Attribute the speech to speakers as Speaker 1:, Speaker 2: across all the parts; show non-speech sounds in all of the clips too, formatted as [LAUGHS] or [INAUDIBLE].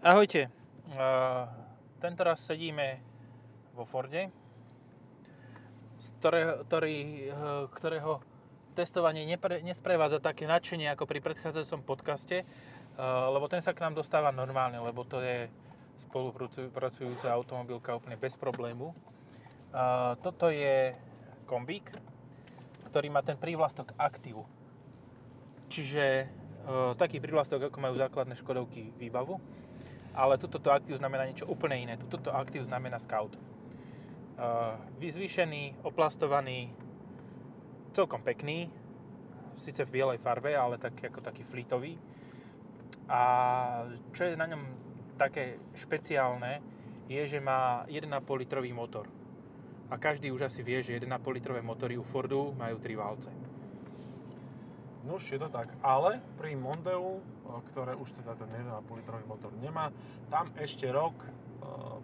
Speaker 1: Ahojte. Uh, tento raz sedíme vo Forde, z ktorého, ktorý, eh, ktorého testovanie nepre, nesprevádza také nadšenie ako pri predchádzajúcom podcaste, eh, lebo ten sa k nám dostáva normálne, lebo to je spolupracujúca automobilka úplne bez problému. Eh, Toto je kombík, ktorý má ten prívlastok aktív. Čiže e, taký prívlastok, ako majú základné Škodovky výbavu, ale toto aktív znamená niečo úplne iné. Toto aktív znamená Scout. E, vyzvýšený, oplastovaný, celkom pekný, síce v bielej farbe, ale tak, ako taký flitový. A čo je na ňom také špeciálne, je, že má 1,5 litrový motor. A každý už asi vie, že 1,5 litrové motory u Fordu majú tri válce.
Speaker 2: Nuž, No je to tak, ale pri Mondeu, e, ktoré už teda ten 1,5 litrový motor nemá, tam ešte rok e,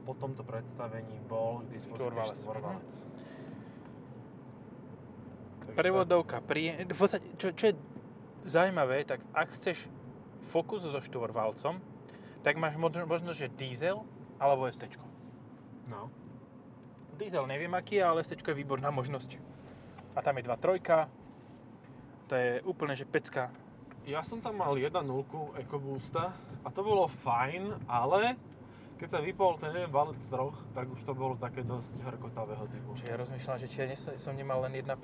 Speaker 2: po tomto predstavení bol
Speaker 1: Štvorvalec.
Speaker 2: k dispozícii štvorvalec.
Speaker 1: Mhm.
Speaker 2: Takže
Speaker 1: Prevodovka, príjem... V podstate, čo, čo je zaujímavé, tak ak chceš Focus so štvorvalcom, tak máš možno, možno že diesel alebo ST.
Speaker 2: tak- No,
Speaker 1: Diesel neviem aký je, ale ST je výborná možnosť. A tam je 2.3, to je úplne že pecka.
Speaker 2: Ja som tam mal 1.0 EcoBoosta a to bolo fajn, ale keď sa vypol ten jeden valec z troch, tak už to bolo také dosť hrkotavého typu.
Speaker 1: Čiže ja rozmýšľam, že či ja nesom, som nemal len 1.5.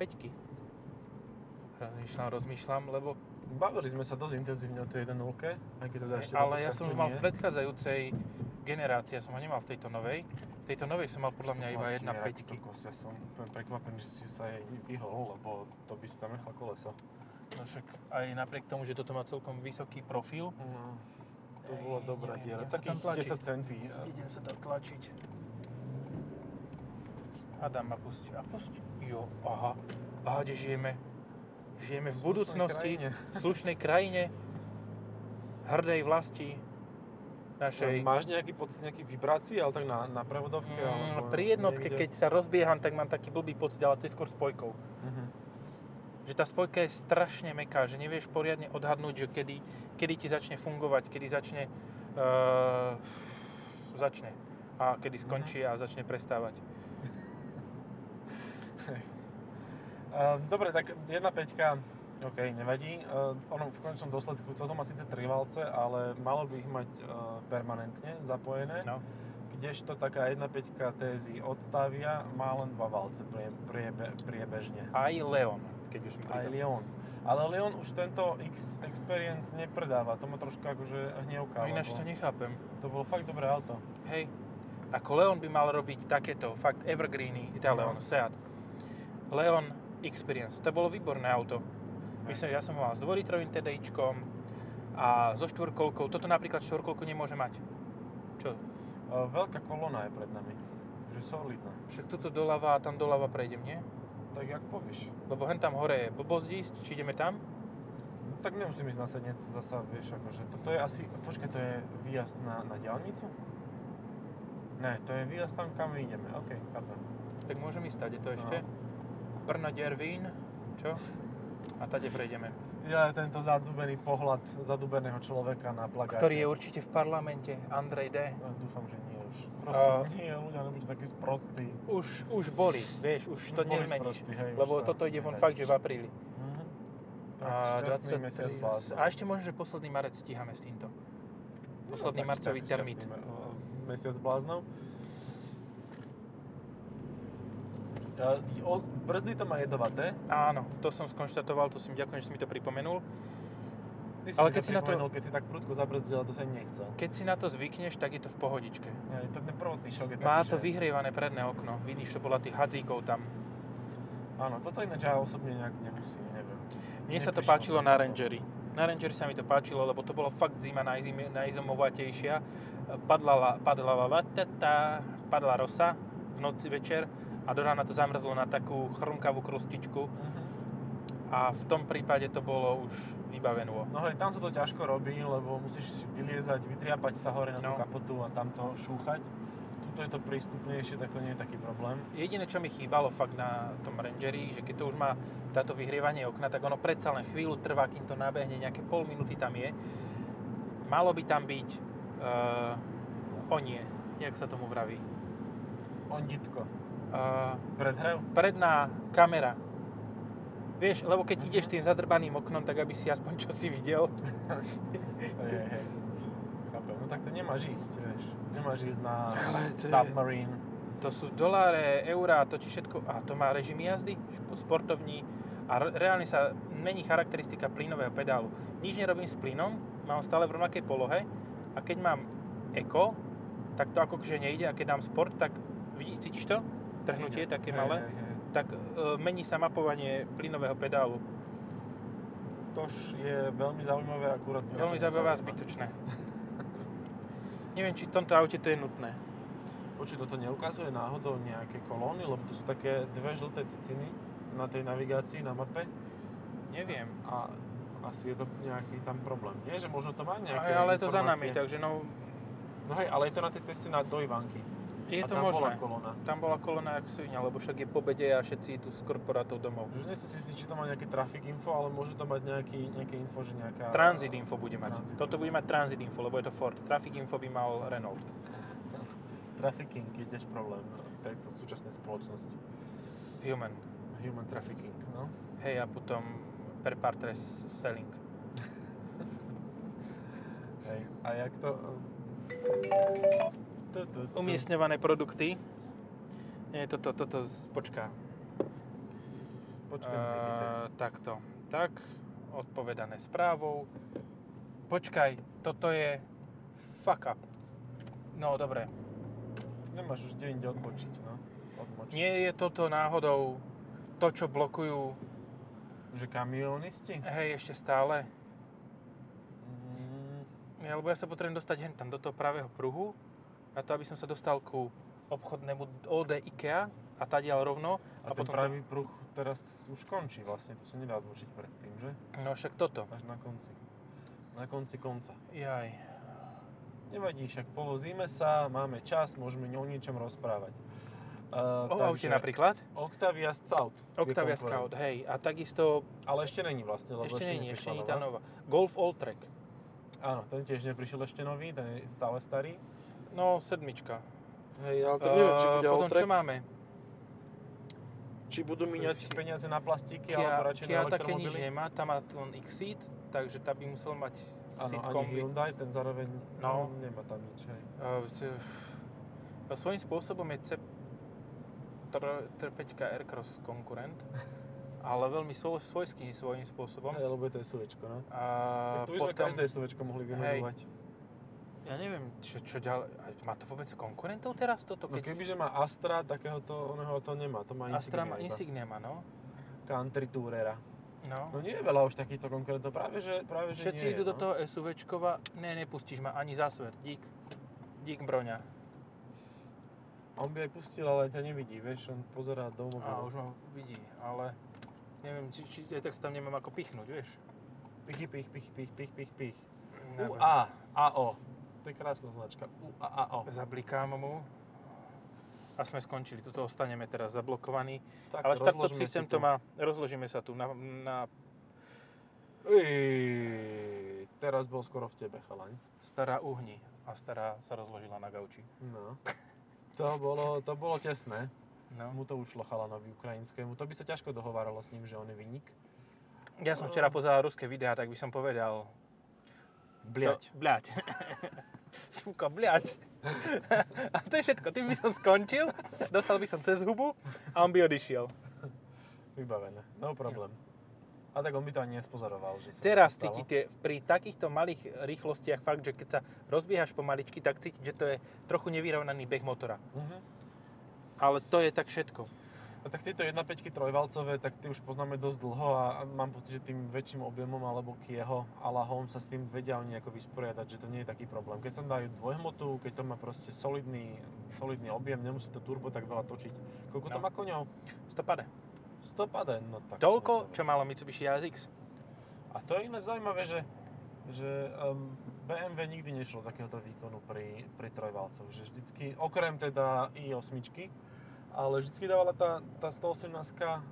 Speaker 1: Rozmýšľam, rozmýšľam, lebo...
Speaker 2: Bavili sme sa dosť intenzívne o tej 1.0, aj keď teda ešte do
Speaker 1: ale ja
Speaker 2: podcastu
Speaker 1: som ho mal v
Speaker 2: nie.
Speaker 1: predchádzajúcej generácii, ja som ho nemal v tejto novej. V tejto novej som mal podľa mňa iba
Speaker 2: Vlastne, ja,
Speaker 1: 1.5.
Speaker 2: kokos, Ja som úplne prekvapený, že si sa jej vyhol, lebo to by si tam nechal kolesa.
Speaker 1: No však aj napriek tomu, že toto má celkom vysoký profil.
Speaker 2: No, to
Speaker 1: Ej,
Speaker 2: bolo dobrá
Speaker 1: neviem,
Speaker 2: diera.
Speaker 1: idem sa tam
Speaker 2: Takých
Speaker 1: tlačiť.
Speaker 2: 10 centí. e,
Speaker 1: Idem sa tam tlačiť. A dám a pusť. A pusť. Jo, aha. Aha, kde žijeme? Žijeme v budúcnosti,
Speaker 2: krajine.
Speaker 1: v slušnej krajine, hrdej vlasti našej.
Speaker 2: No, Máš nejaký pocit, nejaký vibrácií, ale tak na, na prevodovke?
Speaker 1: Mm,
Speaker 2: alebo
Speaker 1: pri jednotke,
Speaker 2: niekde?
Speaker 1: keď sa rozbieham, tak mám taký blbý pocit, ale to je skôr spojkou.
Speaker 2: Mhm.
Speaker 1: Že tá spojka je strašne meká, že nevieš poriadne odhadnúť, že kedy, kedy ti začne fungovať, kedy začne, uh, začne a kedy
Speaker 2: Mhm.
Speaker 1: skončí a začne prestávať.
Speaker 2: Ehm, Dobre, tak 1.5, OK, nevadí. Ehm, Ono v končnom dôsledku, toto má síce tri valce, ale malo by ich mať e, permanentne zapojené,
Speaker 1: No.
Speaker 2: kdežto taká 1.5 TSI odstavia má len dva valce prie, priebe, priebežne.
Speaker 1: Aj Leon, keď už sme
Speaker 2: Aj
Speaker 1: pri tom.
Speaker 2: Leon. Ale Leon už tento X Experience nepredáva, to ma trošku akože hnevká,
Speaker 1: No ináč to
Speaker 2: lebo
Speaker 1: nechápem.
Speaker 2: to bolo fakt dobré auto. E,
Speaker 1: Hej. Ako Leon by mal robiť takéto, fakt evergreeny, teda Leon, Seat. Leon Experience, to bolo výborné auto. Myslím, ja som ho mal s dvolitrovým TDIčkom a so štvorkolkou. Toto napríklad štvorkolku nemôže mať. Čo?
Speaker 2: E, Veľká kolona je pred nami, že solidná.
Speaker 1: Však tuto doľava a tam doľava prejdem, nie?
Speaker 2: Tak jak povieš.
Speaker 1: Lebo hen tam hore je blbosť ísť, či ideme tam?
Speaker 2: No, Tak nemusím ísť na sednec, zasa vieš, akože toto je asi, počkaj, to je výjazd na, na diálnicu? Ne, to je výjazd tam, kam my ideme, OK, chápem.
Speaker 1: Tak môžem ísť tady to ešte.
Speaker 2: No.
Speaker 1: Brno, Dervín, čo? A tady prejdeme.
Speaker 2: Ja tento zadubený pohľad zadubeného človeka na plagáte.
Speaker 1: Ktorý je určite v parlamente, Andrej D.
Speaker 2: No, Dúfam, že nie už. Prosím,
Speaker 1: A-
Speaker 2: nie, ľudia, nebuďte takí sprostí.
Speaker 1: Už, už boli, vieš, už to
Speaker 2: Už boli
Speaker 1: nezmeníš.
Speaker 2: sprostí, hej, už
Speaker 1: Lebo
Speaker 2: sa
Speaker 1: toto ide von
Speaker 2: nedá
Speaker 1: fakt,
Speaker 2: nič.
Speaker 1: že v apríli.
Speaker 2: Mhm. Tak,
Speaker 1: A,
Speaker 2: šťastný mesiac
Speaker 1: 23,
Speaker 2: blázon.
Speaker 1: a ešte možno, že posledný marec stíhame s týmto. Posledný
Speaker 2: tak,
Speaker 1: marcový
Speaker 2: tak,
Speaker 1: termít.
Speaker 2: šťastný me- o, Mesiac bláznov. A, o, brzdy to má jedovaté.
Speaker 1: Áno, to som skonštatoval, to si mi ďakujem, že si mi to pripomenul.
Speaker 2: Ty si
Speaker 1: Ale
Speaker 2: mi
Speaker 1: keď si na to-
Speaker 2: pripomenul, keď si tak prudko zabrzdil, a to sa nechcel.
Speaker 1: Keď si na to zvykneš, tak je to v pohodičke.
Speaker 2: Hej, to ten prvotný šok je
Speaker 1: Má
Speaker 2: taký,
Speaker 1: to
Speaker 2: že-
Speaker 1: vyhrievané predné okno, vidíš to podľa tých hadzíkov tam.
Speaker 2: Áno, toto ináč ja osobne nejak nemusím, neviem.
Speaker 1: Mne sa to
Speaker 2: Neprišiel
Speaker 1: páčilo
Speaker 2: som
Speaker 1: na
Speaker 2: na to.
Speaker 1: Rangeri. Na Rangeri sa mi to páčilo, lebo to bolo fakt zima najzime, najzomovatejšia. Padla, la- padla, la- la- ta- ta- padla rosa v noci večer a do rána to zamrzlo na takú chrumkavú krustičku a v tom prípade to bolo už vybavenú.
Speaker 2: No hej, tam sa to ťažko robí, lebo musíš vyliezať, vytriapať sa hore na tú
Speaker 1: No.
Speaker 2: kapotu a tam to šúchať. Tuto je to prístupnejšie, tak to nie je taký problém.
Speaker 1: Jediné, čo mi chýbalo fakt na tom Rangeri, že keď to už má táto vyhrievanie okna, tak ono predsa len chvíľu trvá, kým to nabehne, nejaké pol minúty tam je. Malo by tam byť e, Uh, onie, jak sa tomu vraví.
Speaker 2: Onditko.
Speaker 1: Uh,
Speaker 2: Predhrev?
Speaker 1: predná kamera. Vieš, lebo keď ideš tým zadrbaným oknom, tak aby si aspoň čo si videl.
Speaker 2: Hej, hej. Chápem. No tak to nemáš ísť, vieš. Nemáš ísť na
Speaker 1: No Ale to je-
Speaker 2: submarine.
Speaker 1: To sú doláre, eurá, to či všetko. A to má režim jazdy, špo- sportovní. A re- reálne sa mení charakteristika plynového pedálu. Nič nerobím s plynom, mám ho stále v rovnakej polohe. A keď mám eko, tak to ako že nejde. A keď dám sport, tak vidí, cítiš to? Trhnutie
Speaker 2: Ide.
Speaker 1: také
Speaker 2: Hej,
Speaker 1: malé.
Speaker 2: hej, hej.
Speaker 1: Tak e, mení sa mapovanie plynového pedálu.
Speaker 2: Tož je veľmi zaujímavé akurát. mňa to
Speaker 1: Veľmi zaujímavé a
Speaker 2: nezaujíma. [LAUGHS]
Speaker 1: zbytočné. Neviem, či v tomto aute to je nutné.
Speaker 2: Počuť, toto neukazuje náhodou nejaké kolóny, lebo to sú také dve žlté ciciny na tej navigácii, na mape
Speaker 1: Neviem.
Speaker 2: a asi je to nejaký tam problém. Nie, že možno to má
Speaker 1: Aj,
Speaker 2: nejaké
Speaker 1: No ale je to za nami,
Speaker 2: informácie.
Speaker 1: takže no,
Speaker 2: No hej, ale je to na tej ceste na do Ivanky.
Speaker 1: je
Speaker 2: a
Speaker 1: to
Speaker 2: tam bola
Speaker 1: možné.
Speaker 2: kolóna.
Speaker 1: Tam bola kolona jak svinia, lebo však je po bede a všetci idú z korporátov domov.
Speaker 2: Že nie som si istý, či to má nejaké traffic info, ale môže to mať nejaký, nejaké info, že nejaká...
Speaker 1: Transit info bude mať.
Speaker 2: Transit.
Speaker 1: Toto bude mať transit info, lebo je to Ford. Traffic info by mal Renault.
Speaker 2: Trafficking je tiež problém tejto súčasnej spoločnosti.
Speaker 1: Human.
Speaker 2: Human trafficking, no.
Speaker 1: Hej, a potom per partres selling.
Speaker 2: Mhm. Hej. A jak to... Tu, tu, tu.
Speaker 1: Umiestňované produkty. Nie, toto, toto, z- počká.
Speaker 2: Počkaj, si pýtaj.
Speaker 1: Eh, takto. Tak, odpovedané správou. Počkaj, toto je fuck up. No, dobre.
Speaker 2: Nemáš už kde inde odbočiť, no. Odmočiť.
Speaker 1: Nie je toto náhodou to, čo blokujú,
Speaker 2: Že kamionisti?
Speaker 1: hej, ešte stále?
Speaker 2: Mm,
Speaker 1: Ja, lebo ja sa potrebujem dostať hen tam do toho pravého pruhu, na to, aby som sa dostal ku obchodnému OD IKEA a tadiaľ rovno.
Speaker 2: a, ten
Speaker 1: potom...
Speaker 2: pravý pruh teraz už končí vlastne, to sa nedá odbočiť predtým, že?
Speaker 1: No však toto.
Speaker 2: Až na konci. Na konci konca.
Speaker 1: Jaj.
Speaker 2: Nevadí, však povozíme sa, máme čas, môžeme o niečom rozprávať. Uh,
Speaker 1: O aute napríklad.
Speaker 2: Octavia Scout. je
Speaker 1: Octavia
Speaker 2: konkurent.
Speaker 1: Scout, hej. A takisto,
Speaker 2: Ale ešte není vlastne, lebo
Speaker 1: ešte nie, ešte
Speaker 2: neprišla
Speaker 1: nie
Speaker 2: nová.
Speaker 1: tá nová. Golf All Track.
Speaker 2: Áno, ten tiež neprišiel ešte nový, ten je stále starý.
Speaker 1: No, sedmička.
Speaker 3: Hej, ale tak neviem, či
Speaker 1: Eh,
Speaker 3: bude
Speaker 1: Potom
Speaker 3: Alltrack,
Speaker 1: čo máme?
Speaker 3: či budú míňať...
Speaker 2: Míňať peniaze na plastiky,
Speaker 1: Kia,
Speaker 2: alebo radšej na
Speaker 1: Kia také nič
Speaker 2: elektromobily.
Speaker 1: nemá, tam má len Xeed, takže tá by musel mať
Speaker 2: Áno,
Speaker 1: Xeed
Speaker 2: ani
Speaker 1: kombi.
Speaker 2: Hyundai, ten zároveň
Speaker 1: No.
Speaker 2: no. nemá tam nič. Hej.
Speaker 1: Eh, t- No, svojím spôsobom je C... tr- T5 Aircross
Speaker 2: [LAUGHS]
Speaker 1: konkurent, ale veľmi svoj, svojský svojím spôsobom.
Speaker 2: Hej, lebo je to SUVčko, no.
Speaker 1: A
Speaker 2: Tak tu by sme každé SUVčko mohli vymenovať.
Speaker 1: ja neviem, čo, čo ďalej, a má to vôbec konkurentov teraz toto?
Speaker 2: No
Speaker 1: Keď
Speaker 2: kebyže má Astra, takéhoto, oného to nemá, to má
Speaker 1: Astra má
Speaker 2: iba.
Speaker 1: Insignia má, no?
Speaker 2: Country Tourera.
Speaker 1: No.
Speaker 2: No nie je veľa už takýchto konkurentov, práve že, práve, že
Speaker 1: Všetci
Speaker 2: nie je,
Speaker 1: idú do
Speaker 2: no.
Speaker 1: toho SUVčkova, ne, nepustíš ma ani za svet, dík. Dík Broňa.
Speaker 2: On by aj pustil, ale ťa nevidí, vieš, on pozerá do mobilu.
Speaker 1: A už ma vidí, ale neviem, či, či aj tak sa tam nemám ako pichnúť, vieš.
Speaker 2: Pich, pich, pich, pich, pich, pich, pich.
Speaker 1: Neviem.
Speaker 2: UA, AO. To je krásna značka. UA, AO.
Speaker 1: Zablikám mu. A sme skončili, tuto ostaneme teraz zablokovaní.
Speaker 2: Tak,
Speaker 1: ale štart
Speaker 2: rozložme
Speaker 1: systém
Speaker 2: si
Speaker 1: to má, rozložíme sa tu na, na
Speaker 2: Ej, teraz bol skoro v tebe, chalaň.
Speaker 1: stará uhni. A stará sa rozložila na gauči. [LAUGHS]
Speaker 2: No. To bolo, to bolo tesné.
Speaker 1: No.
Speaker 2: Mu to ušlo chalanovi ukrajinskému. To by sa ťažko dohováralo s ním, že on je vinník.
Speaker 1: Ja som včera pozeral ruské videá, tak by som povedal...
Speaker 2: Bliať.
Speaker 1: To, [LAUGHS] bliať. Súka, bliať. [LAUGHS] a to je všetko. Tým by som skončil, dostal by som cez hubu a on by odišiel.
Speaker 2: Vybavené. No problém. A tak on by to ani nespozoroval, že sa
Speaker 1: Teraz
Speaker 2: niečo stalo.
Speaker 1: cítite pri takýchto malých rýchlostiach fakt, že keď sa rozbiehaš pomaličky, tak cítiť, že to je trochu nevyrovnaný beh motora.
Speaker 2: Mhm.
Speaker 1: Ale to je tak všetko.
Speaker 2: No tak tieto 1.5 trojvalcové, tak tie už poznáme dosť dlho a a mám pocit, že tým väčším objemom alebo k jeho ala home sa s tým vedia oni ako vysporiadať, že to nie je taký problém. Keď sa dajú dvojhmotu, keď to má proste solidný, solidný objem, nemusí to turbo tak veľa točiť. Koľko to
Speaker 1: No.
Speaker 2: má koňov?
Speaker 1: Stopade.
Speaker 2: 150, no tak. to
Speaker 1: Toľko,
Speaker 2: je
Speaker 1: čo
Speaker 2: vec.
Speaker 1: malo Mitsubishi ASX.
Speaker 2: A to je iné zaujímavé, že, že um, BMW nikdy nešlo takéhoto výkonu pri, pri trojvalcoch, že vždycky, okrem teda i8, ale vždycky dávala tá, tá 118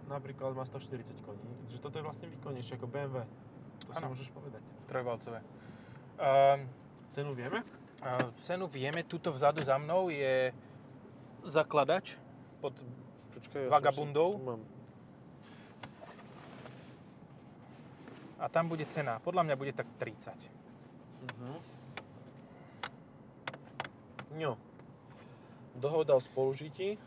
Speaker 2: napríklad má 140 koní, že toto je vlastne výkonnejšie ako BMW. To si
Speaker 1: Áno.
Speaker 2: môžeš povedať.
Speaker 1: Trojvalcové. Ehm,
Speaker 2: Cenu vieme?
Speaker 1: A cenu vieme, tuto vzadu za mnou je zakladač pod
Speaker 3: Počkaj, ja som
Speaker 1: Vagabundov.
Speaker 3: si- tu mám.
Speaker 1: a tam bude cena. Podľa mňa bude tak 30.
Speaker 2: Mhm. No. Dohoda o spolužití.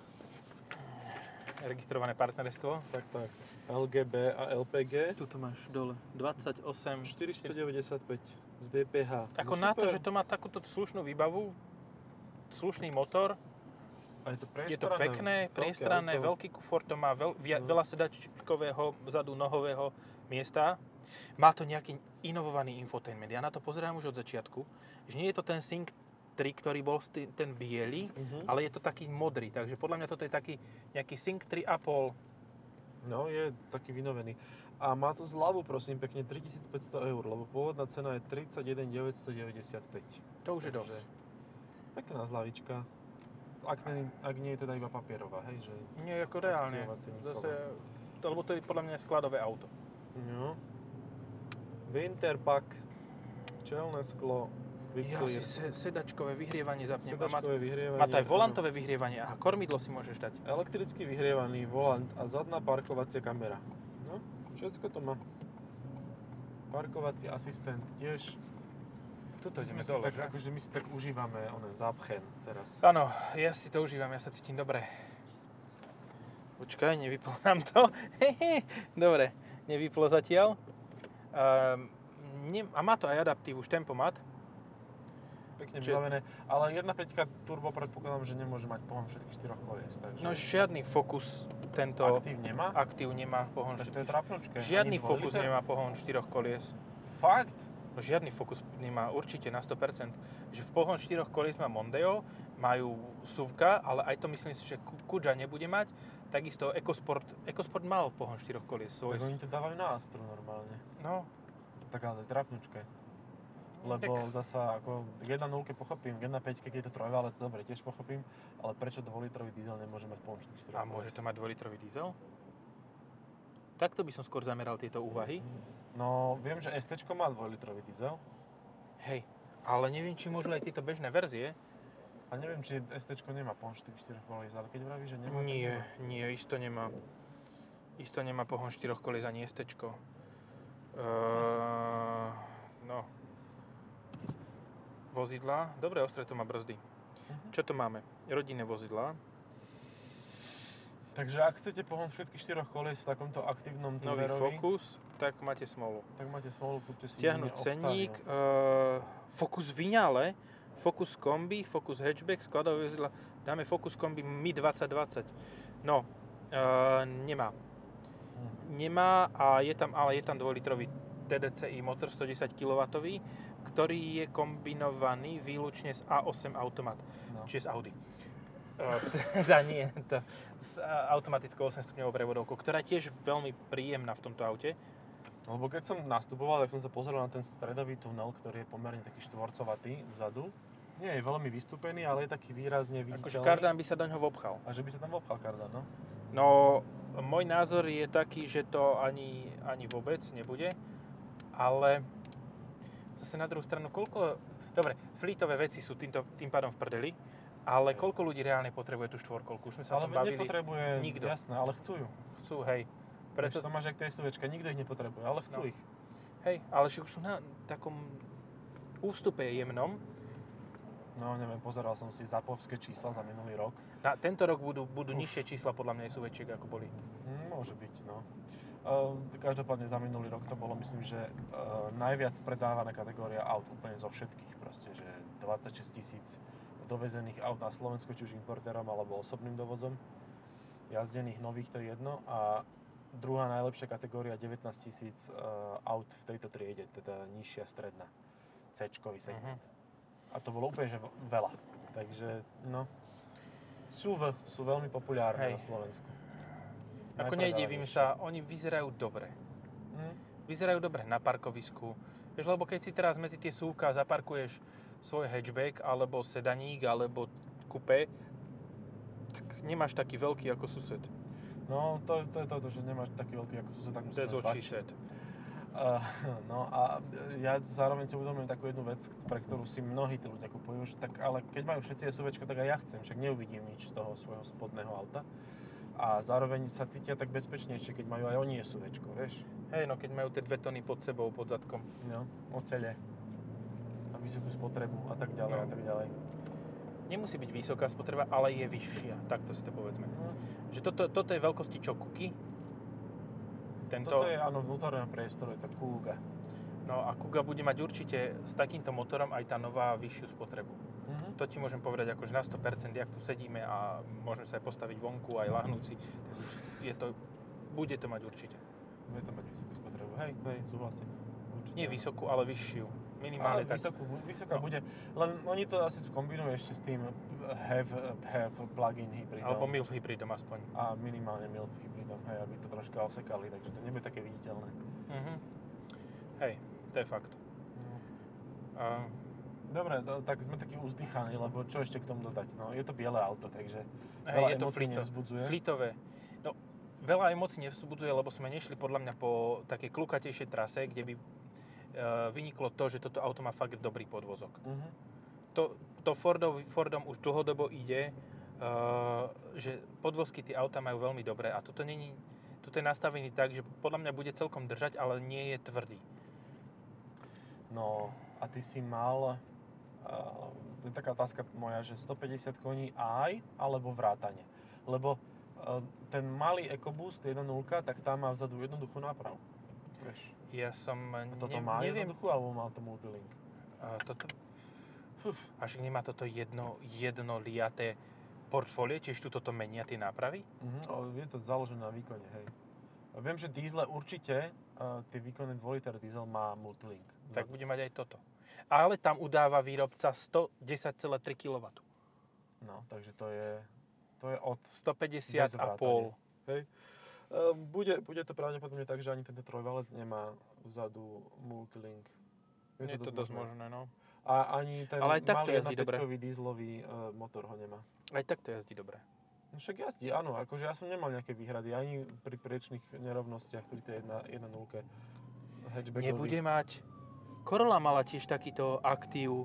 Speaker 1: Registrované partnerstvo.
Speaker 2: Tak, tak. LGB a LPG.
Speaker 1: Tuto máš dole. 28.
Speaker 2: 495 z DPH.
Speaker 1: Ako na
Speaker 2: No
Speaker 1: to,
Speaker 2: super.
Speaker 1: že to má takúto slušnú výbavu, slušný motor,
Speaker 2: A je to
Speaker 1: je to
Speaker 2: priestranné,
Speaker 1: pekné,
Speaker 2: veľké
Speaker 1: priestranné,
Speaker 2: auto.
Speaker 1: veľký kufor, to má veľ, via,
Speaker 2: No.
Speaker 1: veľa sedačkového vzadu nohového miesta. Má to nejaký inovovaný infotainment. Ja na to pozerám už od začiatku, že nie je to ten Sync 3, ktorý bol s tý- ten biely,
Speaker 2: Mhm.
Speaker 1: ale je to taký modrý, takže podľa mňa toto je taký nejaký Sync 3,5.
Speaker 2: No, je taký vynovený. A má to zľavu, prosím, pekne 3500 eur, lebo pôvodná cena je 31,995.
Speaker 1: To už je dosť.
Speaker 2: Pekná zľavička. Ak, ne, ak nie je teda iba papierová, hej, že...
Speaker 1: Nie, ako reálne.
Speaker 2: Akciová ceníková.
Speaker 1: Zase, to, lebo to je podľa mňa skladové auto.
Speaker 2: No. Winterpack, čelné sklo, quick
Speaker 1: Ja si
Speaker 2: clear,
Speaker 1: se, sedačkové vyhrievanie zapnem. A Má,
Speaker 2: sedačkové vyhrievanie.
Speaker 1: má to aj
Speaker 2: áno.
Speaker 1: volantové vyhrievanie. Aha, kormidlo si môžeš dať.
Speaker 2: Elektricky vyhrievaný volant a zadná parkovacia kamera. No, všetko to má. Parkovací asistent tiež.
Speaker 1: Tuto
Speaker 2: My
Speaker 1: ideme
Speaker 2: si
Speaker 1: dole,
Speaker 2: tak,
Speaker 1: že?
Speaker 2: akože my si tak užívame one zápchen teraz.
Speaker 1: Áno, ja si to užívam, ja sa cítim dobre. Počkaj, nevyplo [LAUGHS] nám to. Hehe, dobre, nevyplo zatiaľ. Ehm, ne, a má to aj adaptív, už tempomat.
Speaker 2: Pekne
Speaker 1: Čiže-
Speaker 2: vybavené, ale 1.5 turbo predpokladám, že nemôže mať pohon všetkých štyroch kolies, takže
Speaker 1: No žiadny fokus tento
Speaker 2: aktív nemá,
Speaker 1: aktív nemá pohon
Speaker 2: takže to je
Speaker 1: štyrich-
Speaker 2: trapnučké.
Speaker 1: Žiadny
Speaker 2: Ani dvoj
Speaker 1: fokus
Speaker 2: liter?
Speaker 1: nemá pohon štyroch kolies.
Speaker 2: Fakt?
Speaker 1: No žiadny fokus nemá, určite na 100%. Že v pohon štyroch kolies má Mondeo, majú SUVka, ale aj to myslím si, že Ku- Kuja nebude mať. Takisto EcoSport, EcoSport mal pohon štyroch kolies
Speaker 2: Tak
Speaker 1: svoj.
Speaker 2: oni to dávajú na Astru normálne.
Speaker 1: No,
Speaker 2: Tak ale to je trapnučké. Lebo
Speaker 1: tak,
Speaker 2: zasa ako 1.0 pochopím, 1.5 keď je to trojvalec, dobre, tiež pochopím, ale prečo 2 litrový diesel nemôže mať pohon 4
Speaker 1: a môže to mať dvojlitrový diesel? Takto by som skôr zameral tieto úvahy.
Speaker 2: No, viem, že ST má 2 litrový diesel
Speaker 1: Hej, ale neviem, či môžu aj tieto bežné verzie.
Speaker 2: a neviem, či ST nemá pohon 4 kolies, ale keď vravíš, že nemá... tak
Speaker 1: Nie,
Speaker 2: nemá.
Speaker 1: nie, isto nemá. Isto nemá pohon štyroch kolies ani estečko. Ehm, no. Vozidla. Dobre, ostré to má brzdy.
Speaker 2: Mhm.
Speaker 1: Čo tu máme? Rodinné vozidlá.
Speaker 2: Takže ak chcete pohon všetkých štyroch kolies v takomto aktívnom
Speaker 1: Nový
Speaker 2: tunerovi,
Speaker 1: Focus. Tak máte smolu.
Speaker 2: tak máte smolu, kúpte si
Speaker 1: Stiahnuť
Speaker 2: jedine
Speaker 1: cenník.
Speaker 2: ovcário.
Speaker 1: ehm, Focus Vignale. Focus Kombi. Focus Hatchback. Skladové vozidla. Dáme Focus Kombi Mi 2020. No. ehm, nemá.
Speaker 2: Mhm.
Speaker 1: nemá a je tam, ale je tam 2-litrový TDCi motor 110 kW, ktorý je kombinovaný výlučne s A8 automat,
Speaker 2: No.
Speaker 1: čiže z Audi. E, [LAUGHS] Teda nie, to s e, automatickou 8-stupňovou prevodovkou, ktorá je tiež veľmi príjemná v tomto aute.
Speaker 2: Lebo keď som nastupoval, tak som sa pozrel na ten stredový tunel, ktorý je pomerne taký štvorcovatý vzadu. Nie je veľmi vystúpený, ale je taký výrazne
Speaker 1: Akože
Speaker 2: viditeľný.
Speaker 1: Kardan by sa do ňoho obchal.
Speaker 2: A že by sa tam obchal kardan, no?
Speaker 1: No, môj názor je taký, že to ani, ani vôbec nebude, ale zase na druhú stranu, koľko... Dobre, flítové veci sú týmto, tým pádom v prdeli, ale koľko ľudí reálne potrebuje tú štvorkolku? Už sme sa o tom
Speaker 2: ale veď
Speaker 1: bavili.
Speaker 2: nepotrebuje,
Speaker 1: nikto.
Speaker 2: jasné, ale chcú ju.
Speaker 1: Chcú, hej.
Speaker 2: Preto
Speaker 1: Preto,
Speaker 2: to máš jak tie SUVčka, nikto ich nepotrebuje, ale chcú
Speaker 1: No.
Speaker 2: ich.
Speaker 1: hej, ale však už sú na takom ústupe jemnom.
Speaker 2: No neviem, pozeral som si zapovské čísla za minulý rok.
Speaker 1: Na, tento rok budú, budú
Speaker 2: Uf.
Speaker 1: nižšie čísla podľa mňa aj súvečiek, ako boli.
Speaker 2: Hm, Môže byť, no. Ehm, Každopádne za minulý rok to bolo, myslím, že e, najviac predávaná kategória aut úplne zo všetkých. Proste, že 26 tisíc dovezených aut na Slovensko, či už importérom alebo osobným dovozom. Jazdených nových to je jedno. A druhá najlepšia kategória 19 tisíc e, aut v tejto triede, teda nižšia stredná. c segment. A to bolo úplne že v- veľa. Takže, no. SUV sú veľmi populárne
Speaker 1: Hej.
Speaker 2: na Slovensku.
Speaker 1: Ako nedivím sa, oni vyzerajú dobre.
Speaker 2: Mm.
Speaker 1: vyzerajú dobre na parkovisku. Vieš, lebo keď si teraz medzi tie súvka zaparkuješ svoj hatchback, alebo sedaník, alebo kupé, tak nemáš taký veľký ako sused.
Speaker 2: No, to, to je to, že nemáš taký veľký ako sused, tak musíš mať
Speaker 1: That's what she
Speaker 2: väčší.
Speaker 1: said.
Speaker 2: A, [LAUGHS] no a ja zároveň si uvedomujem takú jednu vec, pre ktorú si mnohí tí ľudia kupujú, že tak ale keď majú všetci SUVčko, tak aj ja chcem, však neuvidím nič z toho svojho spodného auta. A zároveň sa cítia tak bezpečnejšie, keď majú aj oni SUVčko, vieš?
Speaker 1: Hej, no keď majú tie dve tony pod sebou, pod zadkom.
Speaker 2: No, ocele a vysokú spotrebu a tak ďalej
Speaker 1: No.
Speaker 2: a tak ďalej.
Speaker 1: Nemusí byť vysoká spotreba, ale je vyššia. Takto si to povedzme.
Speaker 2: No,
Speaker 1: Že toto, toto je veľkosti čo kuky. Tento,
Speaker 2: toto je áno vnútorného priestoru, je to kúga.
Speaker 1: No a Kuga bude mať určite s takýmto motorom aj tá nová vyššiu spotrebu.
Speaker 2: Mhm.
Speaker 1: To ti môžem povedať akože na 100%, jak tu sedíme a môžeme sa aj postaviť vonku, aj lahnúť si. tak už Je to, bude to mať určite.
Speaker 2: Bude to mať vysokú spotrebu, hej, hej, súhlasím. Určite
Speaker 1: Nie
Speaker 2: áno.
Speaker 1: vysokú, ale vyššiu.
Speaker 2: No. Ale
Speaker 1: Minimálne tak.
Speaker 2: vysokú, bu- vysoká
Speaker 1: No.
Speaker 2: bude. Len oni to asi skombinujú ešte s tým have, have plug-in hybridom.
Speaker 1: Alebo MILF hybridom aspoň.
Speaker 2: A minimálne MILF hybridom, hej, aby to troška osekali, takže to nebude také viditeľné.
Speaker 1: Mhm. Hej, to je fakt. No. A
Speaker 2: Dobre, no, tak sme takí uzdychaní, lebo čo ešte k tomu dodať? No, je to biele auto, takže
Speaker 1: hej,
Speaker 2: veľa
Speaker 1: je to
Speaker 2: emócií
Speaker 1: flito,
Speaker 2: nevzbudzuje.
Speaker 1: flitové. No, veľa emocí nevzbudzuje, lebo sme nešli podľa mňa po takej klukatejšej trase, kde by e, vyniklo to, že toto auto má fakt dobrý podvozok.
Speaker 2: Mhm.
Speaker 1: to, to Fordov, Fordom už dlhodobo ide, uh, že podvozky tie auta majú veľmi dobré a toto, není, toto je nastavený tak, že podľa mňa bude celkom držať, ale nie je tvrdý.
Speaker 2: No, a ty si mal, uh, je taká otázka moja, že 150 koní aj, alebo vrátane. Lebo uh, ten malý EcoBoost 1.0, tak tá má vzadu jednoduchú nápravu. Vieš.
Speaker 1: Ja som...
Speaker 2: A toto
Speaker 1: ne,
Speaker 2: má
Speaker 1: neviem,
Speaker 2: jednoduchú, alebo má to multilink?
Speaker 1: uh, toto, a však nemá toto jedno, jedno liaté portfólie, čiže tu toto menia tie nápravy?
Speaker 2: Mhm, ale je to založené na výkone, hej. A Viem, že diesle určite, uh, tie výkony 2 liter diesel má multilink.
Speaker 1: Tak bude mať aj toto. Ale tam udáva výrobca 110,3 kW.
Speaker 2: No, takže to je, to je od
Speaker 1: 150,5.
Speaker 2: Hej. Ehm, Bude, bude to pravdepodobne tak, že ani tento trojvalec nemá vzadu multilink.
Speaker 1: Je to dosť možné, no.
Speaker 2: A ani ten
Speaker 1: Ale aj tak to
Speaker 2: malý
Speaker 1: jazdí dobre.
Speaker 2: 1.5-kový dieselový e, motor ho nemá.
Speaker 1: Aj tak to jazdí dobre.
Speaker 2: No však jazdí, áno, akože ja som nemal nejaké výhrady, ani pri priečných nerovnostiach pri tej 1.0 hatchbackových.
Speaker 1: Nebude mať. Corolla mala tiež takýto aktív.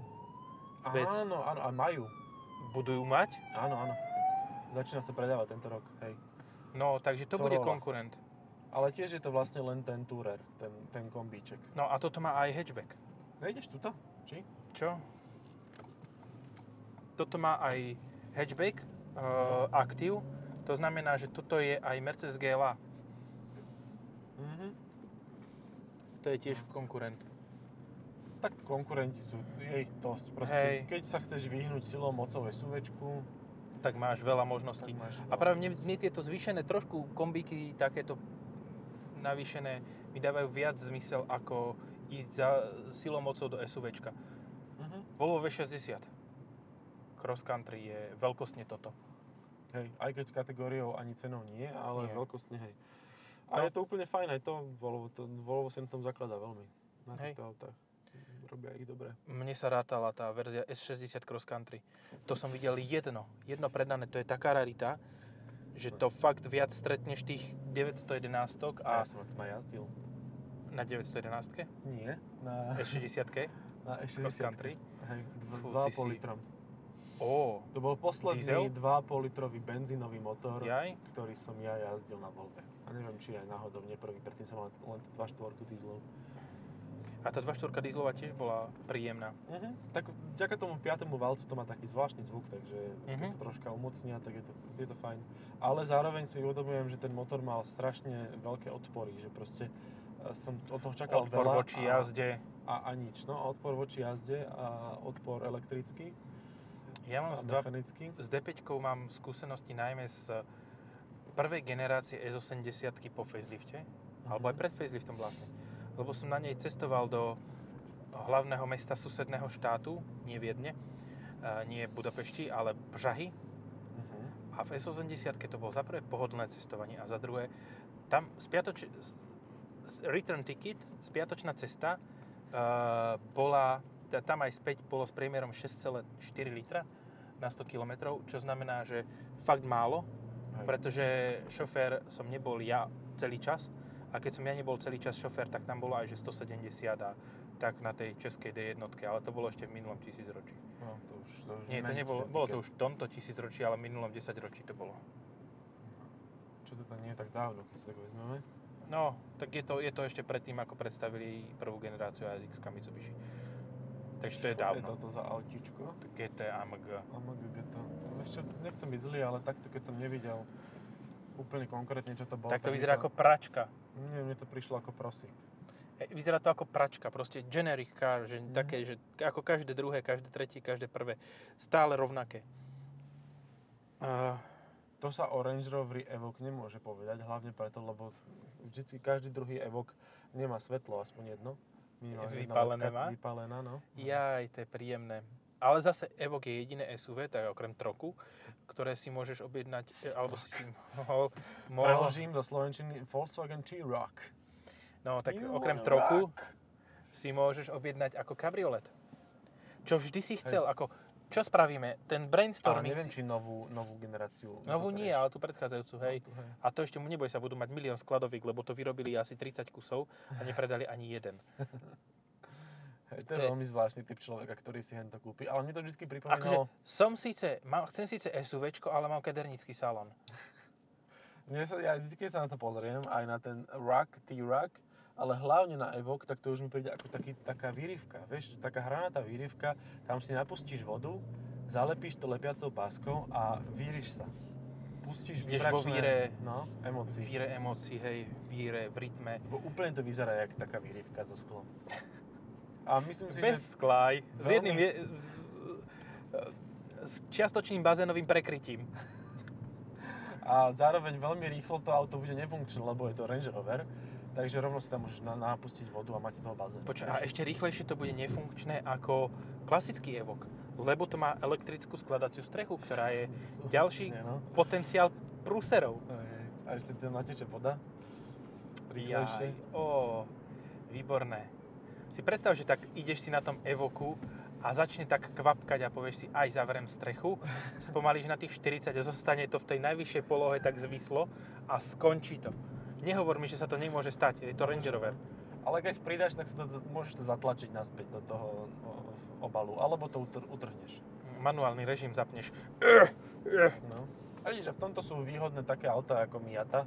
Speaker 1: vec.
Speaker 2: Áno, áno, a majú.
Speaker 1: Budú ju mať?
Speaker 2: Áno, áno. Začína sa predávať tento rok, hej.
Speaker 1: No, takže to bude
Speaker 2: Corolla.
Speaker 1: konkurent.
Speaker 2: Ale tiež je to vlastne len ten Tourer, ten, ten kombíček.
Speaker 1: No a toto má aj hatchback.
Speaker 2: Nejdeš tuto? Či?
Speaker 1: Čo? Toto má aj hatchback, uh, aktív. To znamená, že toto je aj Mercedes GLA.
Speaker 2: Mhm.
Speaker 1: To je tiež konkurent.
Speaker 2: Tak konkurenti sú, je ich dosť. Proste,
Speaker 1: Hej.
Speaker 2: keď sa chceš vyhnúť silou mocou SUVčku,
Speaker 1: Tak máš veľa
Speaker 2: tak
Speaker 1: možností.
Speaker 2: máš...
Speaker 1: A práve mne, mne tieto zvýšené trošku kombíky, takéto navýšené, mi dávajú viac zmysel ako ísť za silou mocou do SUVčka.
Speaker 2: Mhm.
Speaker 1: Volvo V60 Cross Country je veľkostne toto.
Speaker 2: Hej, aj keď kategóriou ani cenou nie, ale
Speaker 1: Nie.
Speaker 2: veľkostne hej.
Speaker 1: No.
Speaker 2: A je to úplne fajn, aj to Volvo, to, Volvo sa na tom zakladá veľmi. Na
Speaker 1: Hej.
Speaker 2: týchto autách. Robia ich dobre.
Speaker 1: Mne sa rátala tá verzia S60 Cross Country. To som videl jedno, jedno predané, to je taká rarita, že to fakt viac stretneš tých 911 a
Speaker 2: A ja som na tom aj jazdil.
Speaker 1: na 911
Speaker 2: Nie. Na,
Speaker 1: S60
Speaker 2: [LAUGHS] na E60.
Speaker 1: Cross Country.
Speaker 2: Hej, dv-
Speaker 1: Fú,
Speaker 2: dva
Speaker 1: ty
Speaker 2: pol
Speaker 1: si-
Speaker 2: litrom.
Speaker 1: Ó,
Speaker 2: To bol posledný
Speaker 1: Diesel?
Speaker 2: 2,5 litrový benzínový motor,
Speaker 1: jaj.
Speaker 2: ktorý som ja jazdil na Volve. A neviem, či aj náhodou nie prvý, predtým som mal len 2,4 dieselov.
Speaker 1: A tá 24 dieselová tiež bola príjemná.
Speaker 2: Mhm. Tak vďaka tomu piatému valcu to má taký zvláštny zvuk, takže keď
Speaker 1: Mhm.
Speaker 2: to troška umocnia, tak je to, je to fajn. Ale zároveň si uvedomujem, že ten motor mal strašne veľké odpory, že proste e, som od toho čakal
Speaker 1: Odpor
Speaker 2: veľa
Speaker 1: voči jazde.
Speaker 2: A, a, a nič, no. A Odpor voči jazde a odpor elektrický
Speaker 1: Ja
Speaker 2: a
Speaker 1: mám s, dva,
Speaker 2: mechanický.
Speaker 1: s D5 mám skúsenosti najmä z eh, prvej generácie S80 po facelifte. alebo aj pred faceliftom vlastne. Lebo som na nej cestoval do hlavného mesta susedného štátu, nie Viedne, eh, nie Budapešti, ale Bžahy.
Speaker 2: Mhm.
Speaker 1: A v S80 to bolo za prvé pohodlné cestovanie a za druhé tam spiatoč... s- s- return ticket, spiatočná cesta eh, bola, t- tam aj späť bolo s priemerom 6,4 litra na 100 km, čo znamená, že fakt málo,
Speaker 2: Hej.
Speaker 1: pretože šofér som nebol ja celý čas, A keď som ja nebol celý čas šofér, tak tam bolo aj že 170 a tak na tej českej D1, ale to bolo ešte v minulom tisícročí.
Speaker 2: No, to už, to už
Speaker 1: Nie, to
Speaker 2: nemeníš
Speaker 1: nebolo,
Speaker 2: ten
Speaker 1: bolo to
Speaker 2: tiket.
Speaker 1: už v tomto tisícročí, ale v minulom desaťročí to bolo.
Speaker 2: Čo to tam nie je tak dávno, keď si tak vezmeme.
Speaker 1: No, tak je to, je to ešte predtým, ako predstavili prvú generáciu ASX Mitsubishi. Takže to je
Speaker 2: Čo
Speaker 1: dávno.
Speaker 2: toto za autičko?
Speaker 1: GT AMG.
Speaker 2: AMG to. Vieš čo, nechcem byť zlý, ale takto keď som nevidel úplne konkrétne, čo to bolo.
Speaker 1: Tak to
Speaker 2: mi
Speaker 1: vyzerá ako pračka.
Speaker 2: Nie, mne to prišlo ako prosík.
Speaker 1: E, Vyzerá to ako pračka, proste generic car, že také, že ako každé druhé, každé tretie, každé prvé. Stále rovnaké. Uh,
Speaker 2: To sa o Range Roveri Evoque nemôže povedať, hlavne preto, lebo vždycky každý druhý Evoque nemá svetlo, aspoň jedno. Minimálne jedna
Speaker 1: Vypálené
Speaker 2: letka-
Speaker 1: má?
Speaker 2: Vypálená, no.
Speaker 1: Mhm. jaj, to je príjemné. Ale zase Evoque je jediné SUV, tak okrem troku, ktoré si môžeš objednať, e, alebo si si mohol... mohol
Speaker 2: No. Preložím do Slovenčiny Volkswagen T-Rock.
Speaker 1: no, tak
Speaker 2: You
Speaker 1: okrem
Speaker 2: wanna
Speaker 1: troku
Speaker 2: rock.
Speaker 1: si môžeš objednať ako kabriolet. Čo vždy si chcel, ako... Čo spravíme? Ten
Speaker 2: Ale
Speaker 1: brainstorming...
Speaker 2: neviem,
Speaker 1: si-
Speaker 2: či novú, novú generáciu.
Speaker 1: Novú nie,
Speaker 2: zobrieš.
Speaker 1: ale tú predchádzajúcu, hej.
Speaker 2: No, tu, hej.
Speaker 1: A to ešte mu neboj sa, budú mať milión skladovík, lebo to vyrobili asi 30 kusov a nepredali ani
Speaker 2: [LAUGHS]
Speaker 1: jeden.
Speaker 2: Hej, to je
Speaker 1: To je-
Speaker 2: veľmi zvláštny typ človeka, ktorý si hento kúpi. Ale mne to vždy pripomínalo...
Speaker 1: Akože som síce, mám, chcem síce SUVčko, ale mám kadernický salón.
Speaker 2: Mne sa, ja vždy, keď sa na to pozriem, aj na ten rock, T-Rock, ale hlavne na Evok, tak to už mi príde ako taký, taká výrivka, vieš, taká hranatá výrivka, tam si napustíš vodu, zalepíš to lepiacou baskou a víriš sa. Pustíš
Speaker 1: Ideš vo
Speaker 2: vibračné-
Speaker 1: víre.
Speaker 2: No, emócii.
Speaker 1: Víre emócií, hej, víre v rytme.
Speaker 2: Lebo úplne to vyzerá jak taká výrivka so sklom. A myslím si, že...
Speaker 1: Bez skla aj. S
Speaker 2: veľmi-
Speaker 1: jedným, je- s, s čiastočným bazénovým prekrytím.
Speaker 2: A zároveň veľmi rýchlo to auto bude nefunkčné, lebo je to Range Rover, takže rovno si tam môžeš na, napustiť vodu a mať z toho bazén.
Speaker 1: Počuj, a ešte rýchlejšie to bude nefunkčné ako klasický Evok, lebo to má elektrickú skladaciu strechu, ktorá je ďalší
Speaker 2: Nie, no.
Speaker 1: potenciál prúserov.
Speaker 2: Hej. A ešte tam nateče voda.
Speaker 1: Jaj, ó, výborné. Si predstav, že tak ideš si na tom evoku a začne tak kvapkať a povieš si, aj zavrem strechu, spomalíš na tých 40 a zostane to v tej najvyššej polohe tak zvislo a skončí to. Nehovor mi, že sa to nemôže stať, je to Range Rover.
Speaker 2: Ale keď pridáš, tak sa to, z- môžeš to zatlačiť naspäť do toho o, obalu. Alebo to utr- utrhneš.
Speaker 1: Manuálny režim zapneš.
Speaker 2: No. A vidíš, že v tomto sú výhodné také auta ako Miata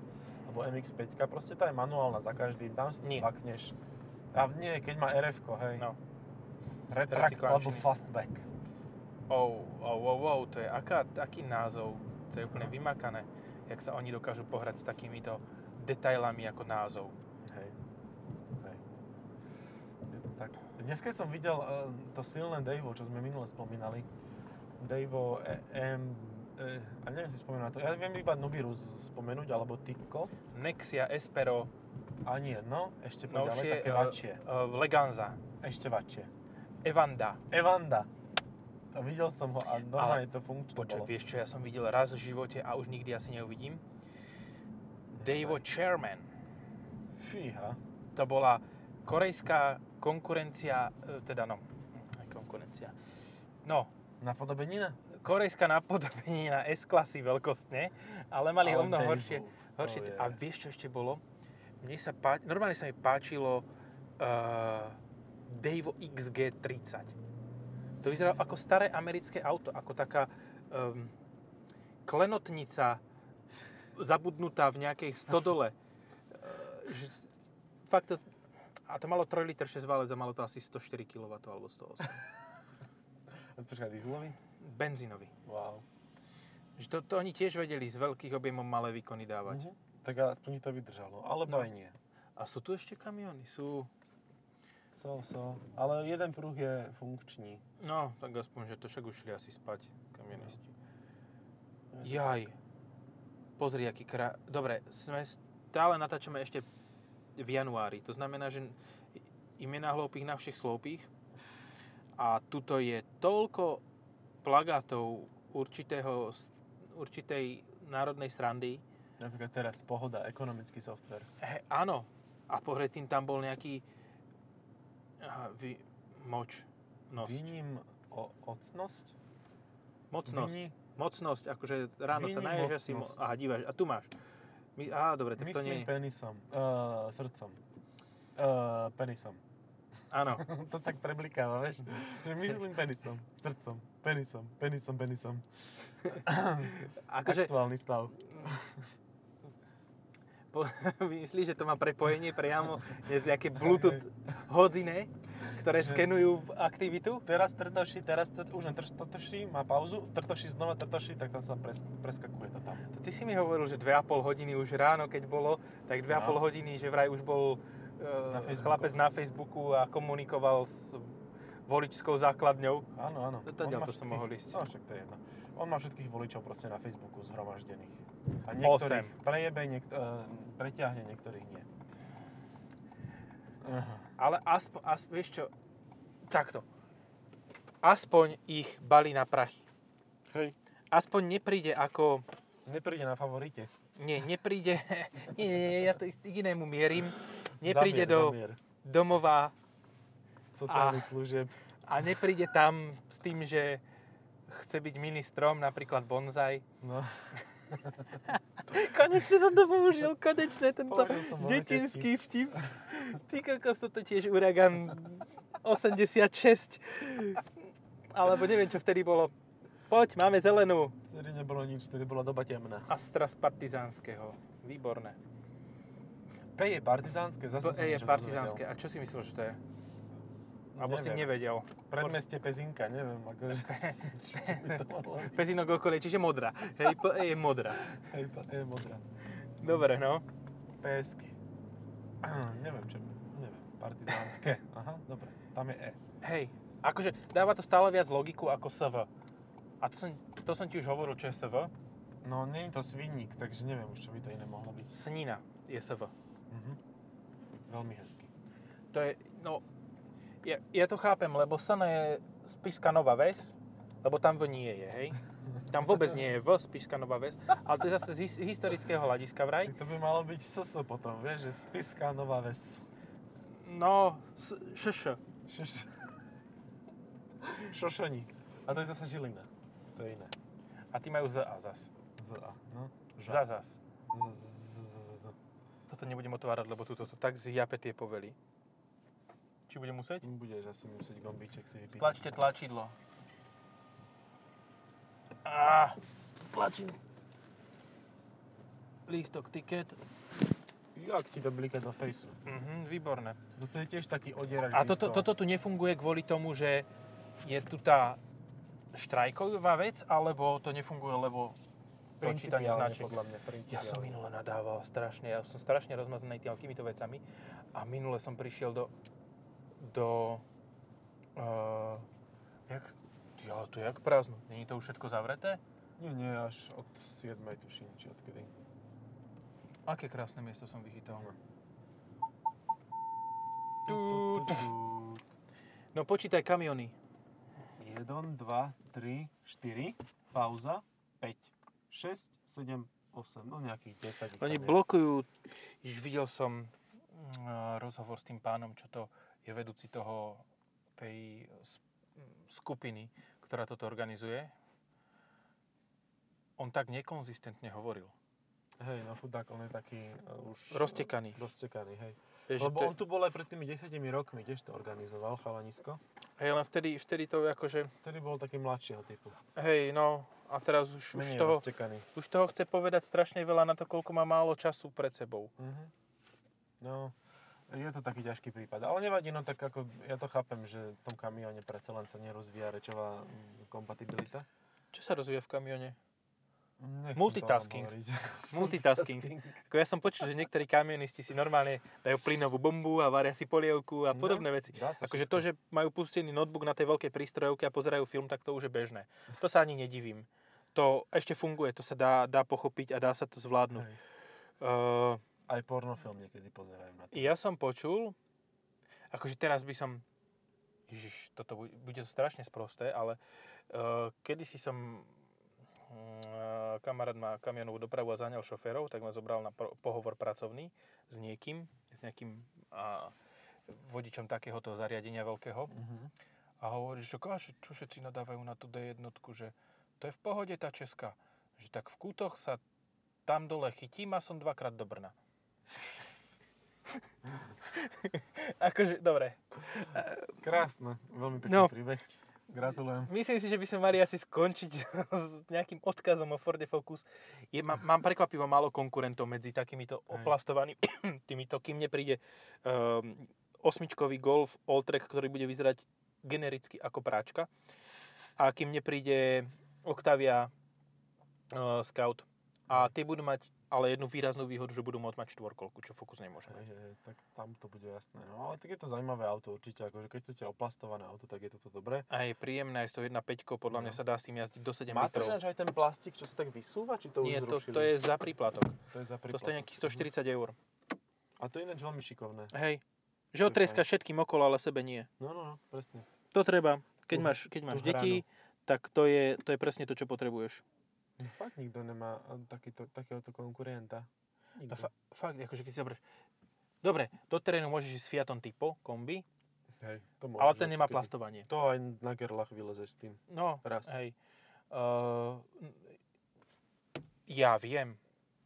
Speaker 2: alebo MX-5. Proste tá je manuálna za každým. Tam si
Speaker 1: Nie.
Speaker 2: cvakneš. A nie, keď má rf hej.
Speaker 1: No.
Speaker 2: Retract alebo
Speaker 1: Recyklačný.
Speaker 2: fastback.
Speaker 1: Oh, oh, oh, oh, to je aká, aký názov. To je úplne vymakané, jak sa oni dokážu pohrať s takýmito detailami ako názov.
Speaker 2: Hej. Hej. Je to tak. Dneska som videl eh, to silné Dejvo, čo sme minule spomínali. Dejvo e, M... E, a neviem si spomenúť na to. Ja viem iba Nubiru z- spomenúť, alebo Tikko.
Speaker 1: Nexia Espero,
Speaker 2: A nie, no, ešte poďalej,
Speaker 1: novšie,
Speaker 2: také
Speaker 1: eh,
Speaker 2: vačie.
Speaker 1: eh, Leganza,
Speaker 2: Ešte vačie.
Speaker 1: Evanda.
Speaker 2: Evanda. A videl som ho a normálne to funkčné
Speaker 1: Počkaj,
Speaker 2: bolo.
Speaker 1: vieš čo, ja som videl raz v živote a už nikdy asi neuvidím. Davo Chairman.
Speaker 2: Fíha.
Speaker 1: To bola korejská konkurencia, e, teda no, aj konkurencia. No,
Speaker 2: Napodobenina?
Speaker 1: korejská [LAUGHS] napodobenie na S-klasy veľkostne, ale mali
Speaker 2: Ale
Speaker 1: o mnoho
Speaker 2: Daewoo,
Speaker 1: horšie. horšie
Speaker 2: to No je.
Speaker 1: a vieš, čo ešte bolo? Mne sa páči, normálne sa mi páčilo uh, Davo XG30. To vyzeralo ako staré americké auto, ako taká um, klenotnica zabudnutá v nejakej
Speaker 2: [LAUGHS]
Speaker 1: stodole. Eh, že, fakt to, a to malo 3 liter 6 válec a malo to asi 104 kW alebo 108.
Speaker 2: [LAUGHS] Počkaj, dieselový?
Speaker 1: Benzínový.
Speaker 2: Wow.
Speaker 1: Že to, to oni tiež vedeli z veľkých objemov malé výkony dávať.
Speaker 2: Mhm. Tak aspoň ti to vydržalo.
Speaker 1: No.
Speaker 2: Alebo aj nie.
Speaker 1: A sú tu ešte kamiony? Sú.
Speaker 2: So, so. Ale jeden pruh je funkčný.
Speaker 1: No, tak aspoň, že to však ušli asi spať kamionisti. Jaj. Pozri, aký krá... Dobre, sme stále natáčame ešte v januári. To znamená, že im je na hloupých na všech sloupích. A tuto je toľko plagátov určitého, určitej národnej srandy,
Speaker 2: Napríklad teraz pohoda, ekonomický software.
Speaker 1: He, áno. A predtým tam bol nejaký... Aha, vy, moč. Nosť.
Speaker 2: Viním o ocnosť?
Speaker 1: Mocnosť.
Speaker 2: Vyni-
Speaker 1: Mocnosť. Akože ráno sa
Speaker 2: Vyni
Speaker 1: naješ, že si... Mo-
Speaker 2: mocnosť.
Speaker 1: aha, dívaš. A tu máš. My, á, dobre, tak to nie je.
Speaker 2: Myslím penisom, uh, srdcom. Uh, penisom. [LAUGHS]
Speaker 1: Áno.
Speaker 2: to tak preblikáva, vieš? Že myslím penisom, srdcom, penisom, penisom,
Speaker 1: [COUGHS]
Speaker 2: penisom.
Speaker 1: Akože
Speaker 2: Aktuálny stav.
Speaker 1: po, [LAUGHS] myslíš, že to má prepojenie priamo z nejaké Bluetooth hodiny, ktoré
Speaker 2: Že-
Speaker 1: skenujú aktivitu?
Speaker 2: Teraz trtoší, teraz trt, už len trš, trtoší, má pauzu, trtoší, znova trtoší, tak tam sa pres, preskakuje to tam.
Speaker 1: To ty si mi hovoril, že 2,5 hodiny už ráno, keď bolo, tak 2,5
Speaker 2: No.
Speaker 1: hodiny, že vraj už bol
Speaker 2: Na
Speaker 1: e,
Speaker 2: Facebooku.
Speaker 1: chlapec na Facebooku a komunikoval s voličskou základňou.
Speaker 2: Áno, áno.
Speaker 1: No to
Speaker 2: On
Speaker 1: ďal,
Speaker 2: má
Speaker 1: to som mohol ísť.
Speaker 2: No však to je jedno. On má všetkých voličov proste na Facebooku zhromaždených.
Speaker 1: Osem.
Speaker 2: A niektorých prejebe, niekt- eh, preťahne, niektorých nie. Aha.
Speaker 1: Ale aspoň, aspoň, vieš čo, takto. Aspoň ich bali na prachy.
Speaker 3: Hej.
Speaker 1: Aspoň nepríde ako...
Speaker 2: Nepríde na favorite.
Speaker 1: Nie, nepríde... [LAUGHS] nie, nie, nie, ja to k inému mierim. Nepríde
Speaker 2: Zamier,
Speaker 1: do
Speaker 2: zamier.
Speaker 1: domova
Speaker 2: sociálnych
Speaker 1: Ah.
Speaker 2: služieb.
Speaker 1: a nepríde tam s tým, že chce byť ministrom, napríklad bonzaj.
Speaker 2: No.
Speaker 1: [LAUGHS] Konečne som to použil, konečne tento
Speaker 2: Použil som ho,
Speaker 1: detinský vtip. [LAUGHS] Ty kokos, toto tiež Uragan 86. Alebo neviem, čo vtedy bolo. Poď, máme zelenú.
Speaker 2: Vtedy nebolo nič, vtedy bola doba temná.
Speaker 1: Astra z Partizánskeho. Výborné.
Speaker 2: P je partizánske, zase
Speaker 1: To
Speaker 2: som
Speaker 1: E je
Speaker 2: niečo
Speaker 1: partizánske. A čo si myslel, že to je?
Speaker 2: dozvedel.
Speaker 1: Alebo si nevedel.
Speaker 2: Predmestie Pezinka, neviem,
Speaker 1: [LAUGHS]
Speaker 2: akože... čo by to mohlo byť.
Speaker 1: Pezinok okolie, čiže modrá. Hej, PE je modrá.
Speaker 2: Hej, P je modrá.
Speaker 1: Dobre, no.
Speaker 2: PSK. neviem, čo... Neviem, partizánske. [LAUGHS] Aha, dobre. Tam je E.
Speaker 1: Hej, akože dáva to stále viac logiku ako SV. A to som, to som ti už hovoril, čo je SV.
Speaker 2: No, nie je to svinník, takže neviem už, čo by to iné mohlo byť.
Speaker 1: Snina je SV.
Speaker 2: Mhm. Veľmi hezky.
Speaker 1: To je, no, ja, ja to chápem, lebo Sana je Spišská Nová Ves, lebo tam V nie je, hej. Tam vôbec nie je V, Spišská Nová Ves, ale to je zase z his, historického hľadiska vraj.
Speaker 2: Tak to by malo byť SS potom, vieš, že spiská nová ves.
Speaker 1: No, s- šš.
Speaker 2: Šoš... Šošoník. A to je zase Žilina. To je iné.
Speaker 1: A ty majú Z a zas.
Speaker 2: Z A, no.
Speaker 1: Za zas.
Speaker 2: Z- z- z- z- z.
Speaker 1: Toto nebudem otvárať, lebo tuto to tak zjape tie povely. Či budem musieť?
Speaker 2: Budeš asi musieť gombíček si vypíť.
Speaker 1: Stlačte tlačidlo. Á, stlačím. Lístok, tiket.
Speaker 2: Jak ti to blíka do fejsu.
Speaker 1: Mhm, výborné.
Speaker 2: No to je tiež taký odierač
Speaker 1: A toto,
Speaker 2: listov.
Speaker 1: toto tu nefunguje kvôli tomu, že je tu tá štrajková vec, alebo to nefunguje, lebo to čítanie
Speaker 2: principiálne,
Speaker 1: značiek.
Speaker 2: podľa mňa,
Speaker 1: Ja som
Speaker 2: principiálne.
Speaker 1: minule nadával strašne, ja som strašne rozmaznaný týmito vecami a minule som prišiel do, do, uh, jak, ja, to je jak prázdno, není to už všetko zavreté?
Speaker 2: Nie, nie, až od 7. tuším, či odkedy.
Speaker 1: Aké krásne miesto som vychytal.
Speaker 2: No.
Speaker 1: Tu, tu. No počítaj kamiony.
Speaker 2: 1, 2, 3, 4, pauza, 5, 6, 7, 8, no nejakých 10. ich
Speaker 1: Oni
Speaker 2: tam je.
Speaker 1: blokujú, už videl som mm, rozhovor s tým pánom, čo to je vedúci toho, tej s- mm, skupiny, ktorá toto organizuje. On tak nekonzistentne hovoril.
Speaker 2: Hej, no chudák, on je taký uh, už...
Speaker 1: Roztekaný.
Speaker 2: Roztekaný, hej.
Speaker 1: Vieš,
Speaker 2: Lebo
Speaker 1: to-
Speaker 2: on tu bol aj pred tými 10 rokmi, tiež to organizoval, chalanisko.
Speaker 1: Hej, len vtedy, vtedy to akože,
Speaker 2: Vtedy bol taký mladšieho typu.
Speaker 1: hej, no, a teraz už, už
Speaker 2: Menej
Speaker 1: toho,
Speaker 2: roztekaný.
Speaker 1: už toho chce povedať strašne veľa na to, koľko má málo času pred sebou.
Speaker 2: Mhm. No, je to taký ťažký prípad. Ale nevadí, no tak ako ja to chápem, že v tom kamióne predsa len sa nerozvíja rečová mm, kompatibilita.
Speaker 1: Čo sa rozvíja v kamione?
Speaker 2: Nechcem to o tom
Speaker 1: Multitasking.
Speaker 2: hovoriť.
Speaker 1: [LAUGHS] Multitasking. Ako ja som počul, že niektorí kamionisti si normálne dajú plynovú bombu a varia si polievku a
Speaker 2: No,
Speaker 1: podobné veci.
Speaker 2: Dá sa
Speaker 1: Akože to, že majú pustený notebook na tej veľkej prístrojovke a pozerajú film, tak to už je bežné. To sa ani nedivím. To ešte funguje, to sa dá, dá pochopiť a dá sa to zvládnuť.
Speaker 2: Hej.
Speaker 1: Uh,
Speaker 2: Aj pornofilm niekedy pozerajú na to.
Speaker 1: ja som počul, akože teraz by som... Ježiš, toto bude, bude to strašne sprosté, ale uh, kedysi som... Uh, kamarát má kamionovú dopravu a zaňal šoférov, tak ma zobral na pro, pohovor pracovný s niekým, s nejakým uh, vodičom takéhoto zariadenia veľkého.
Speaker 2: Mhm.
Speaker 1: A hovorí, že káže, čo všetci nadávajú na tú D1, že to je v pohode tá Česka. Že tak v kútoch sa tam dole chytím a som dvakrát do Brna. [LAUGHS] akože, dobre.
Speaker 2: Krásne, veľmi pekný
Speaker 1: No.
Speaker 2: príbeh. Gratulujem.
Speaker 1: Myslím si, že by sme mali asi skončiť [LAUGHS] s nejakým odkazom o Forde Focus. Je, mám, mám prekvapivo málo konkurentov medzi takýmito
Speaker 2: Hej.
Speaker 1: oplastovanými [CLEARS THROAT] týmito, kým nepríde um, osmičkový Golf Alltrack, ktorý bude vyzerať genericky ako práčka. A kým nepríde Octavia uh, Scout. A tie budú mať ale jednu výraznú výhodu, že budú môcť mať štvorkolku, čo Focus nemôže.
Speaker 2: Hej, hej, tak tam to bude jasné. No ale tak je to zaujímavé auto určite, akože keď chcete oplastované auto, tak je toto dobré.
Speaker 1: A je príjemná, je to jedna peťko, podľa mňa
Speaker 2: No.
Speaker 1: sa dá s tým jazdiť do 7
Speaker 2: Má to
Speaker 1: litrov.
Speaker 2: ináč aj ten plastik, čo sa tak vysúva, či to
Speaker 1: Nie,
Speaker 2: už
Speaker 1: to,
Speaker 2: zrušili?
Speaker 1: to je za príplatok.
Speaker 2: to je za
Speaker 1: To stojí
Speaker 2: príplatok.
Speaker 1: nejakých 140 eur.
Speaker 2: A to je ináč veľmi šikovné.
Speaker 1: Hej. Že otrieska všetkým okolo, ale sebe nie.
Speaker 2: No, no, no, presne.
Speaker 1: To treba. Keď
Speaker 2: Tú-
Speaker 1: máš, keď máš
Speaker 2: tú
Speaker 1: deti, tak to je, to je presne to, čo potrebuješ.
Speaker 2: No, fakt nikto nemá a, takýto, takéhoto konkurenta.
Speaker 1: No,
Speaker 2: Nikto.
Speaker 1: fa- fakt, akože keď si zoberieš... Dobre, do terénu môžeš ísť s Fiatom Tipo, kombi,
Speaker 2: hej, to môže,
Speaker 1: ale ten nemá plastovanie.
Speaker 2: To aj na gerlach vylezeš s tým.
Speaker 1: No,
Speaker 2: Raz.
Speaker 1: hej. Uh, ja viem,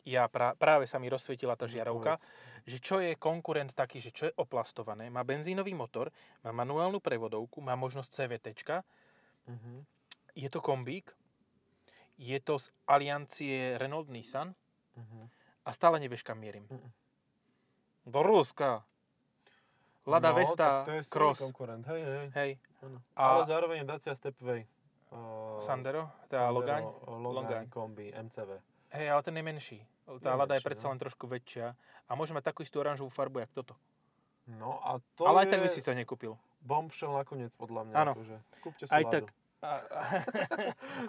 Speaker 1: ja pra- práve sa mi rozsvietila tá žiarovka,
Speaker 2: Povedz.
Speaker 1: že čo je konkurent taký, že čo je oplastované, má benzínový motor, má manuálnu prevodovku, má možnosť CVTčka,
Speaker 2: Mhm.
Speaker 1: Je to kombík, je to z aliancie Renault Nissan
Speaker 2: Mhm.
Speaker 1: a stále nevieš, kam mierim.
Speaker 2: Mm.
Speaker 1: Do Ruska. Lada
Speaker 2: no,
Speaker 1: Vesta,
Speaker 2: tak to je silný
Speaker 1: Cross.
Speaker 2: konkurent, hej, hej.
Speaker 1: Hej,
Speaker 2: Áno.
Speaker 1: A-
Speaker 2: Ale zároveň je Dacia Stepway. Uh,
Speaker 1: Sandero, tá Logan. Logan.
Speaker 2: Logan kombi, MCV.
Speaker 1: Hej, ale ten je menší. Tá
Speaker 2: Je
Speaker 1: Lada je
Speaker 2: menší,
Speaker 1: predsa
Speaker 2: no.
Speaker 1: len trošku väčšia. A môže mať takú istú oranžovú farbu, jak toto.
Speaker 2: No a to
Speaker 1: ale aj
Speaker 2: je
Speaker 1: tak by si to nekúpil.
Speaker 2: bombshell nakoniec, podľa mňa.
Speaker 1: Áno.
Speaker 2: Akože. Kúpte si
Speaker 1: Aj
Speaker 2: Ladu.
Speaker 1: tak, [LAUGHS] a, a,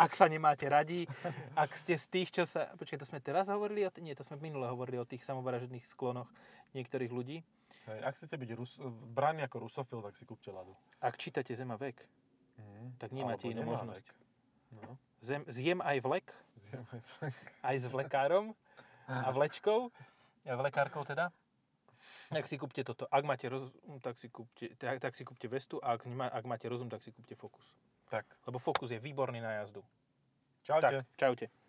Speaker 1: ak sa nemáte radi, ak ste z tých, čo sa... Počkaj, to sme teraz hovorili? O t- nie, to sme minule hovorili o tých samovražedných sklonoch niektorých ľudí.
Speaker 2: Hej, ak chcete byť Rus- braný ako rusofil, tak si kúpte Ladu.
Speaker 1: Ak čítate Zema vek,
Speaker 2: Mhm.
Speaker 1: tak nemáte
Speaker 2: Alebo
Speaker 1: inú
Speaker 2: nemá
Speaker 1: možnosť.
Speaker 2: vek. No,
Speaker 1: Zem, zjem aj vlek,
Speaker 2: zjem aj vlek.
Speaker 1: aj s vlekárom a vlečkou, a vlekárkou teda. Tak si kúpte toto. Ak máte rozum, tak si kúpte, tak, tak si kúpte Vestu a ak, nemá, ak máte rozum, tak si kúpte Focus.
Speaker 2: Tak,
Speaker 1: Lebo Focus je výborný na jazdu.
Speaker 2: čaute.
Speaker 1: Tak, čaute.